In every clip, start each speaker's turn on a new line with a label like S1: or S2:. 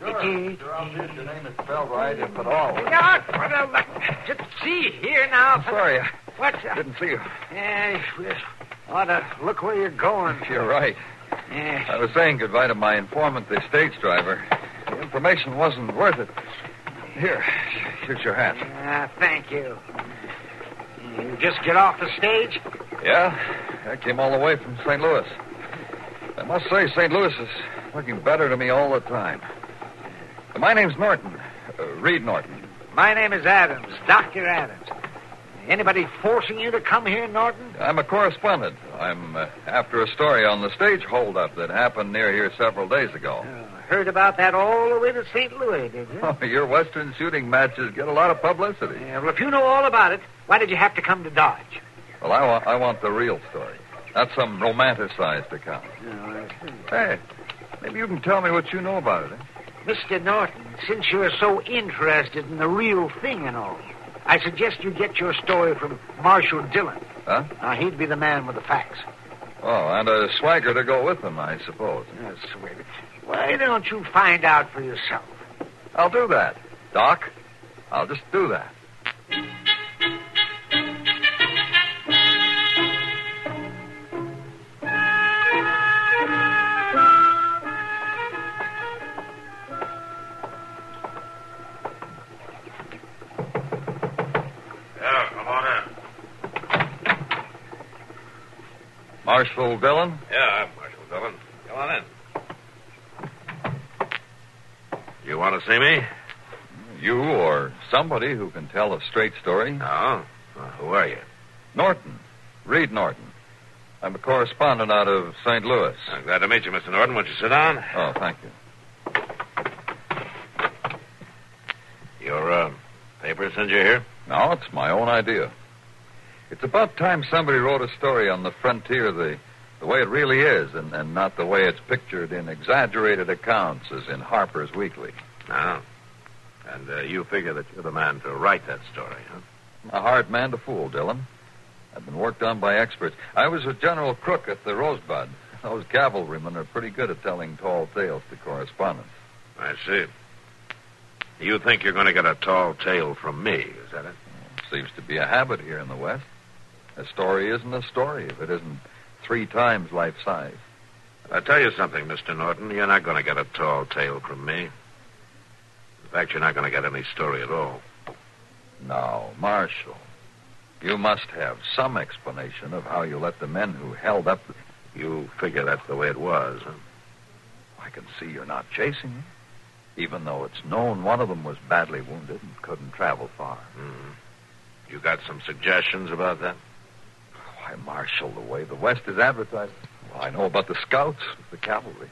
S1: Your name is spelled right, if at all.
S2: God, what a luck. Just see here now.
S1: I'm sorry, I
S2: What?
S1: didn't see you.
S2: Yeah, we ought to look where you're going.
S1: You're right.
S2: Yeah.
S1: I was saying goodbye to my informant, the stage driver. The information wasn't worth it. Here, here's your hat.
S2: Ah, thank you. You just get off the stage?
S1: Yeah, I came all the way from St. Louis. I must say, St. Louis is looking better to me all the time. My name's Norton, uh, Reed Norton.
S2: My name is Adams, Dr. Adams. Anybody forcing you to come here, Norton?
S1: I'm a correspondent. I'm uh, after a story on the stage holdup that happened near here several days ago.
S2: Oh, heard about that all the way to St. Louis, did you?
S1: Oh, your Western shooting matches get a lot of publicity.
S2: Yeah, well, if you know all about it, why did you have to come to Dodge?
S1: Well, I, wa- I want the real story, not some romanticized account. Hey, maybe you can tell me what you know about it. eh?
S2: Mr. Norton, since you're so interested in the real thing and all, I suggest you get your story from Marshal Dillon.
S1: Huh?
S2: Now, he'd be the man with the facts.
S1: Oh, and a swagger to go with them, I suppose.
S2: Yes, wait a minute. Why don't you find out for yourself?
S1: I'll do that, Doc. I'll just do that.
S3: Yeah, come on in.
S1: Marshal Dillon?
S3: Yeah, I'm Marshal Dillon. Come on in. You want to see me?
S1: You or somebody who can tell a straight story?
S3: No. Well, who are you?
S1: Norton. Reed Norton. I'm a correspondent out of St. Louis.
S3: I'm glad to meet you, Mr. Norton. Won't you sit down?
S1: Oh, thank you.
S3: Your uh, paper sent you here?
S1: No, it's my own idea. It's about time somebody wrote a story on the frontier the, the way it really is and, and not the way it's pictured in exaggerated accounts as in Harper's Weekly.
S3: No. And uh, you figure that you're the man to write that story, huh?
S1: A hard man to fool, Dillon. I've been worked on by experts. I was a general crook at the Rosebud. Those cavalrymen are pretty good at telling tall tales to correspondents.
S3: I see. You think you're going to get a tall tale from me, is that it?
S1: Seems to be a habit here in the West. A story isn't a story if it isn't three times life size.
S3: I tell you something, Mr. Norton. You're not going to get a tall tale from me. In fact, you're not going to get any story at all.
S1: No, Marshal. You must have some explanation of how you let the men who held up.
S3: You figure that's the way it was, huh?
S1: I can see you're not chasing them, even though it's known one of them was badly wounded and couldn't travel far.
S3: You got some suggestions about that?
S1: Why, Marshal, the way the West is advertised. Well, I know about the scouts, the cavalry.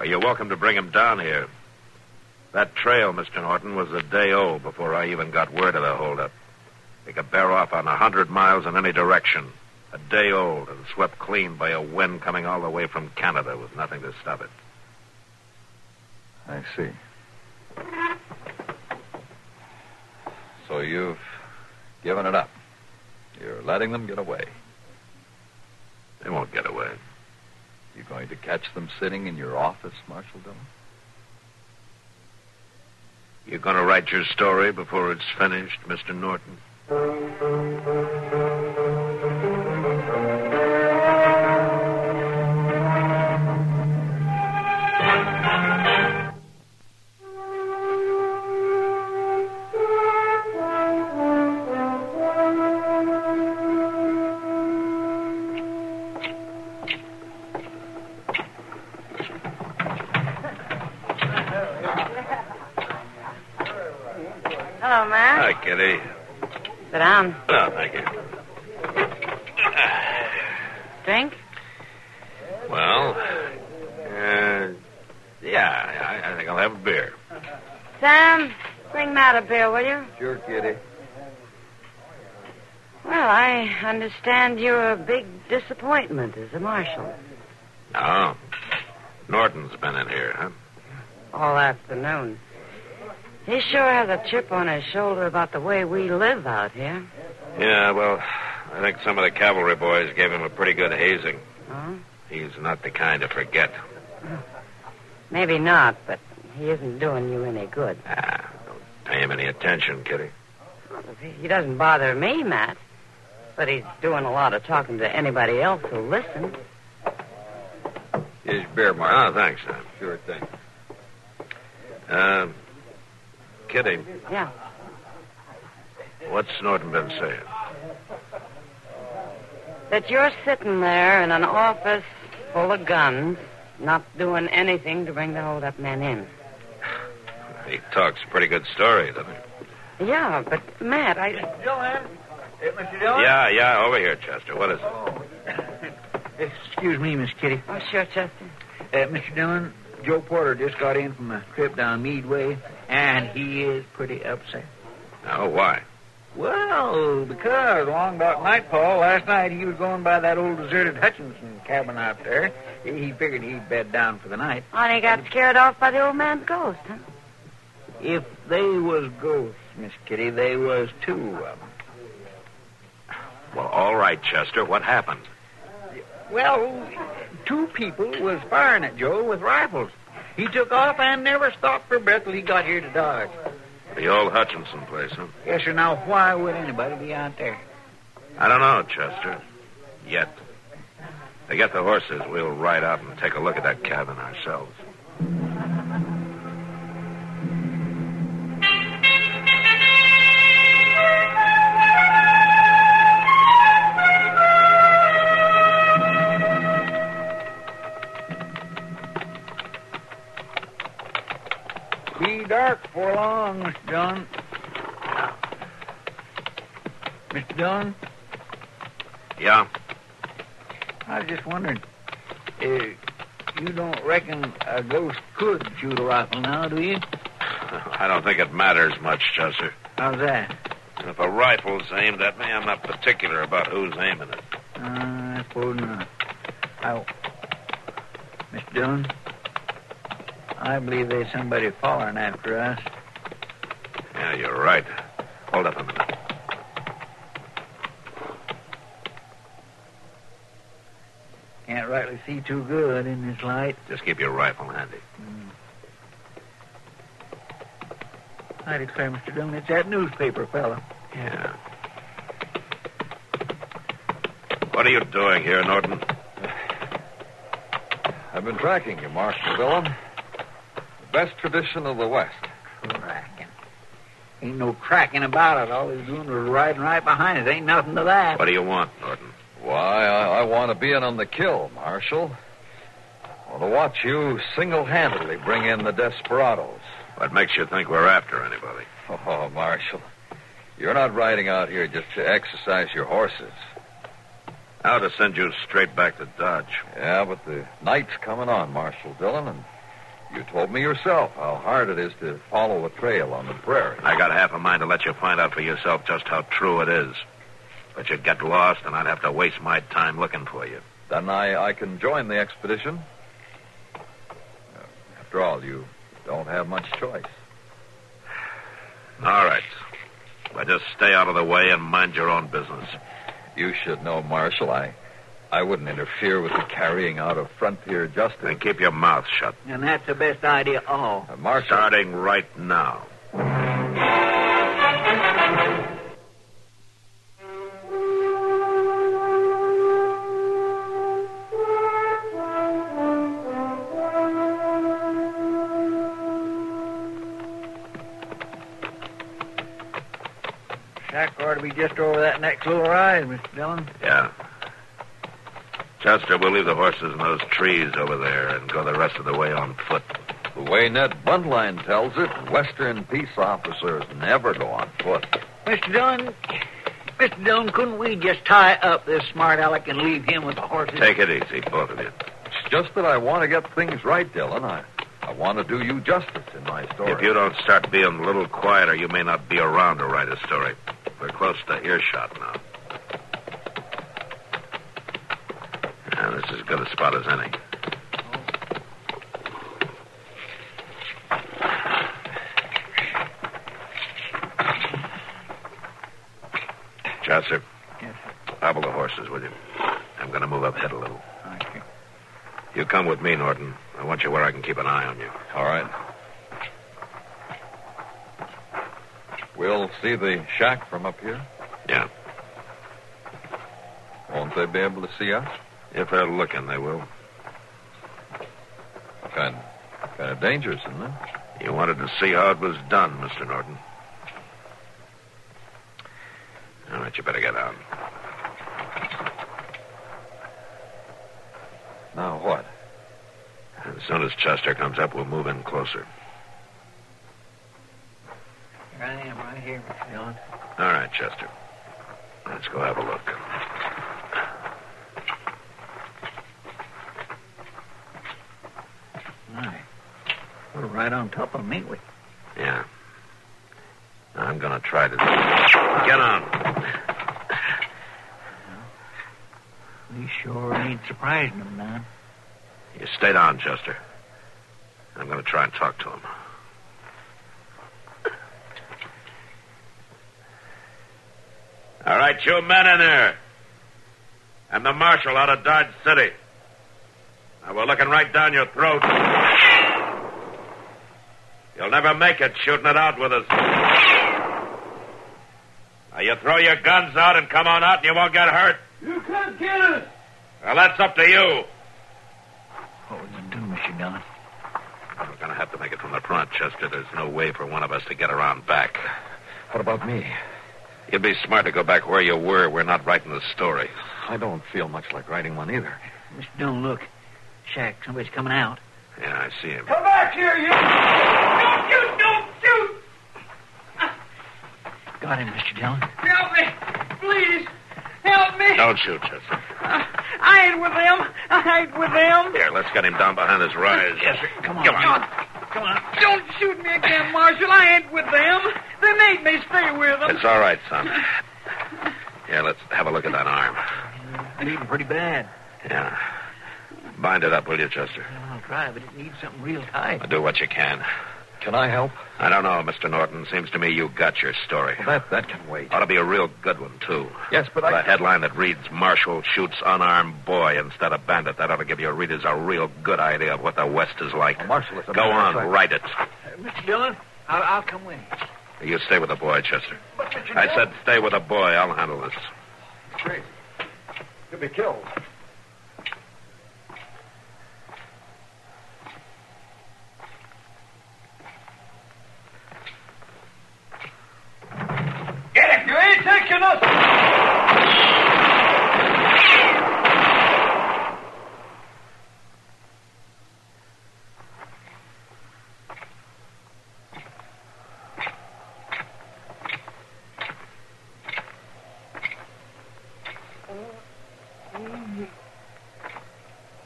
S3: Well, you're welcome to bring him down here. That trail, Mr. Norton, was a day old before I even got word of the holdup. They could bear off on a hundred miles in any direction. A day old and swept clean by a wind coming all the way from Canada with nothing to stop it.
S1: I see. So you've given it up. You're letting them get away.
S3: They won't get away.
S1: You're going to catch them sitting in your office, Marshal Dillon?
S3: You going to write your story before it's finished, Mr. Norton?
S4: Hello, Ma.
S3: Hi, Kitty.
S4: Sit down.
S3: Oh, thank you.
S4: Drink?
S3: Well, uh, yeah, I, I think I'll have a beer.
S4: Sam, bring Matt a beer, will you?
S1: Sure, Kitty.
S4: Well, I understand you're a big disappointment as a marshal.
S3: Oh, Norton's been in here, huh?
S4: All afternoon. He sure has a chip on his shoulder about the way we live out here.
S3: Yeah, well, I think some of the cavalry boys gave him a pretty good hazing.
S4: Huh?
S3: He's not the kind to forget.
S4: Maybe not, but he isn't doing you any good.
S3: Ah, don't pay him any attention, Kitty.
S4: He doesn't bother me, Matt. But he's doing a lot of talking to anybody else who'll listen.
S1: Here's your beer, Mark.
S3: Oh, thanks, Sam.
S1: Sure thing.
S3: Uh, Kitty,
S4: Yeah.
S3: what's Norton been saying?
S4: That you're sitting there in an office full of guns, not doing anything to bring the holdup men in.
S3: He talks a pretty good story, doesn't he?
S4: Yeah, but Matt, I.
S2: Dillon? Mr.
S3: Yeah, yeah, over here, Chester. What is it?
S2: Excuse me, Miss Kitty.
S4: Oh, sure, Chester.
S2: Uh, Mr. Dillon, Joe Porter just got in from a trip down Meadway, and he is pretty upset.
S3: Oh, why?
S2: Well, because along about nightfall last night he was going by that old deserted Hutchinson cabin out there. He figured he'd bed down for the night.
S4: Oh, and he got scared off by the old man's ghost, huh?
S2: If they was ghosts, Miss Kitty, they was two of 'em.
S3: Well, all right, Chester. What happened?
S2: Well, two people was firing at Joe with rifles. He took off and never stopped for breath till he got here to Dodge.
S3: The old Hutchinson place, huh?
S2: Yes, sir. Now, why would anybody be out there?
S3: I don't know, Chester. Yet. They get the horses. We'll ride out and take a look at that cabin ourselves.
S2: Be dark for long, Mr. Dillon. Mr. Dillon,
S3: Yeah?
S2: I was just wondering, uh, you don't reckon a ghost could shoot a rifle now, do you?
S3: I don't think it matters much, Chester.
S2: How's that?
S3: And if a rifle's aimed at me, I'm not particular about who's aiming it.
S2: Uh, I suppose not. I... Mr. Dillon, I believe there's somebody following after us.
S3: Yeah, you're right. Hold up a minute.
S2: Can't rightly see too good in this light.
S3: Just keep your rifle handy.
S2: I declare, Mr. Dillon, it's that newspaper fellow.
S3: Yeah. What are you doing here, Norton?
S1: I've been tracking you, Marshal Dillon. The best tradition of the West.
S2: Cracking. Ain't no cracking about it. All he's doing was riding right behind us. Ain't nothing to that.
S3: What do you want, Norton?
S1: Why, I, I want to be in on the kill, Marshal. I want to watch you single handedly bring in the desperados.
S3: What makes you think we're after anybody?
S1: Oh, Marshal, you're not riding out here just to exercise your horses.
S3: How to send you straight back to Dodge?
S1: Yeah, but the night's coming on, Marshal Dillon, and you told me yourself how hard it is to follow a trail on the prairie.
S3: I got half a mind to let you find out for yourself just how true it is. But you'd get lost, and I'd have to waste my time looking for you.
S1: Then I, I can join the expedition. Uh, After all, you don't have much choice.
S3: All right. Well, just stay out of the way and mind your own business.
S1: You should know, Marshal, I, I wouldn't interfere with the carrying out of frontier justice.
S3: And keep your mouth shut.
S2: And that's the best idea of all.
S1: Uh, Marshal,
S3: Starting right now.
S2: Shack ought to be just over that next little rise, Mr. Dillon.
S3: Yeah. Chester, we'll leave the horses in those trees over there and go the rest of the way on foot.
S1: The way Ned Buntline tells it, Western peace officers never go on foot.
S2: Mr. Dillon, Mr. Dillon, couldn't we just tie up this smart aleck and leave him with the horses?
S3: Take it easy, both of you.
S1: It's just that I want to get things right, Dylan. I, I want to do you justice in my story.
S3: If you don't start being a little quieter, you may not be around to write a story. We're close to earshot now. Yeah, this is as good a spot as any. Chaucer,
S2: Yes,
S3: hobble the horses, will you? I'm going to move up ahead a little.
S2: Thank you.
S3: You come with me, Norton. I want you where I can keep an eye on you.
S1: All right. We'll see the shack from up here.
S3: Yeah.
S1: Won't they be able to see us?
S3: If they're looking, they will.
S1: Kind, kind of dangerous, isn't it?
S3: You wanted to see how it was done, Mr. Norton. All right, you better get out.
S1: Now what?
S3: As soon as Chester comes up, we'll move in closer.
S2: Here I am, right here, Mr. Dillon.
S3: All right, Chester. Let's go have a look.
S2: My. We're right on top of him, ain't we?
S3: Yeah. I'm going to try to. Get on.
S2: We sure ain't surprising him now.
S3: You stay down, Chester. I'm going to try and talk to him. All right, you men in there. And the marshal out of Dodge City. Now, we're looking right down your throat. You'll never make it shooting it out with us. Now, you throw your guns out and come on out, and you won't get hurt.
S2: You can't get us!
S3: Well, that's up to you.
S2: What we gonna do, Mr. Dillon?
S3: We're going to have to make it from the front, Chester. There's no way for one of us to get around back.
S1: What about me?
S3: You'd be smart to go back where you were. We're not writing the story.
S1: I don't feel much like writing one either.
S2: Mr. Dillon, look. Shack, somebody's coming out.
S3: Yeah, I see him.
S2: Come back here, you! Don't shoot! Don't shoot! Got him, Mr. Dillon.
S5: Help me. Please. Help me.
S3: Don't shoot, Chester.
S5: I ain't with them. I ain't with them.
S3: Here, let's get him down behind his rise. Yes, sir.
S2: Come on.
S3: Come on.
S2: Come on.
S5: Don't shoot me again, Marshal. I ain't with them. They made me stay with them.
S3: It's all right, son. Yeah, let's have a look at that arm.
S2: Bleeding pretty bad.
S3: Yeah. Bind it up, will you, Chester?
S2: I'll try, but it needs something real tight.
S3: Do what you can.
S1: Can I help?
S3: I don't know, Mr. Norton. Seems to me you got your story.
S1: Well, that that can wait.
S3: Ought to be a real good one, too.
S1: Yes, but
S3: The
S1: I.
S3: headline that reads Marshall shoots unarmed boy instead of bandit. That ought to give your readers a real good idea of what the West is like.
S1: Well, Marshal, it's a
S3: Go
S1: matter of
S3: on,
S1: fact-
S3: write it.
S2: Uh, Mr. Dillon, I'll, I'll come with you.
S3: You stay with the boy, Chester.
S2: But, Mr.
S3: I said stay with the boy. I'll handle this.
S1: Crazy. Could be killed.
S2: Get it! You ain't taking us!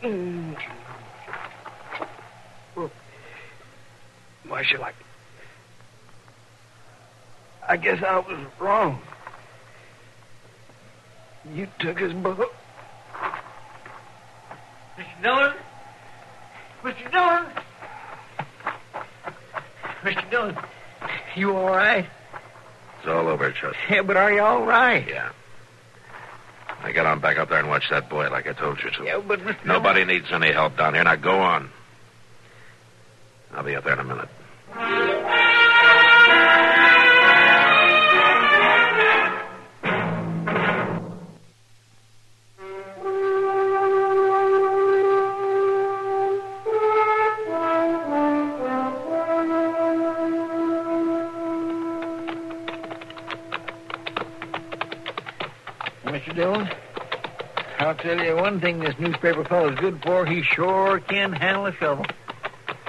S5: Hmm. Marshal, I... I guess I was wrong. You took his boat.
S2: Mr. Dillon? Mr. Dillon? Mr. Dillon, you all right?
S3: It's all over, Chester.
S2: Yeah, but are you all right?
S3: Yeah. Now get on back up there and watch that boy like I told you to.
S2: Yeah, but Mr. Dillon-
S3: Nobody needs any help down here. Now go on. I'll be up there in a minute.
S2: Mr. Dillon, I'll tell you one thing this newspaper fellow's good for. He sure can handle a shovel.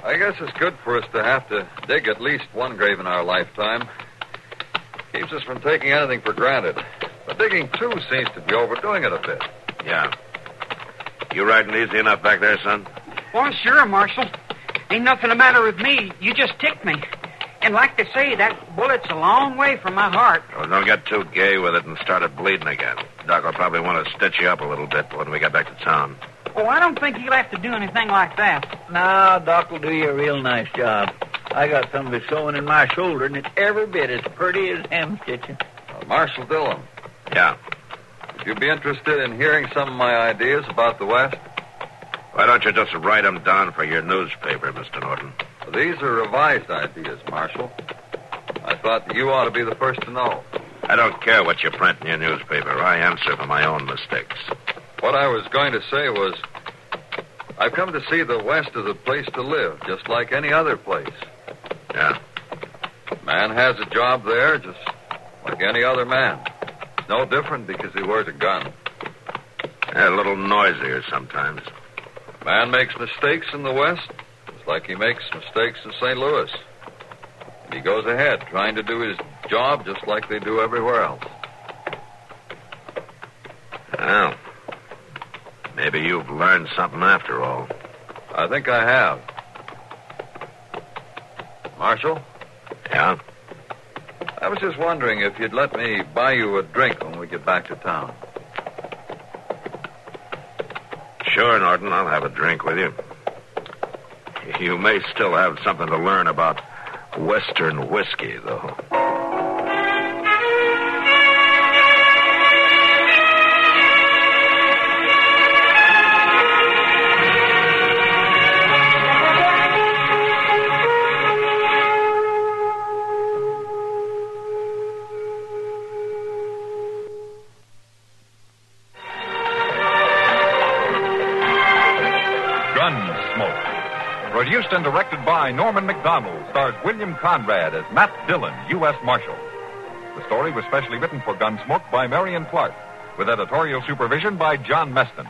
S1: I guess it's good for us to have to dig at least one grave in our lifetime. Keeps us from taking anything for granted. But digging two seems to be overdoing it a bit.
S3: Yeah. You riding easy enough back there, son?
S6: Well, Oh, sure, Marshal. Ain't nothing the matter with me. You just ticked me. And like they say, that bullet's a long way from my heart.
S3: Well, don't get too gay with it and start it bleeding again. Doc will probably want to stitch you up a little bit when we get back to town.
S6: Oh, I don't think he'll have to do anything like that.
S2: Now, Doc will do you a real nice job. I got some of his sewing in my shoulder, and it's every bit as pretty as Ham's kitchen.
S1: Uh, Marshal Dillon,
S3: Yeah.
S1: if you'd be interested in hearing some of my ideas about the West,
S3: Why don't you just write 'em down for your newspaper, Mr. Norton?
S1: these are revised ideas, Marshal. I thought you ought to be the first to know.
S3: I don't care what you print in your newspaper. I answer for my own mistakes.
S1: What I was going to say was, I've come to see the West as a place to live, just like any other place.
S3: Yeah.
S1: Man has a job there, just like any other man. It's no different because he wears a gun.
S3: They're a little noisier sometimes.
S1: Man makes mistakes in the West, just like he makes mistakes in St. Louis. And he goes ahead, trying to do his job just like they do everywhere else.
S3: Well, maybe you've learned something after all.
S1: I think I have. Marshal,
S3: Yeah?
S1: I was just wondering if you'd let me buy you a drink when we get back to town.
S3: Sure, Norton. I'll have a drink with you. You may still have something to learn about Western whiskey, though.
S7: Gunsmoke. Produced and directed by Norman McDonald, stars William Conrad as Matt Dillon, U.S. Marshal. The story was specially written for Gunsmoke by Marion Clark, with editorial supervision by John Meston.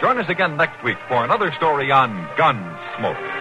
S7: Join us again next week for another story on Gunsmoke.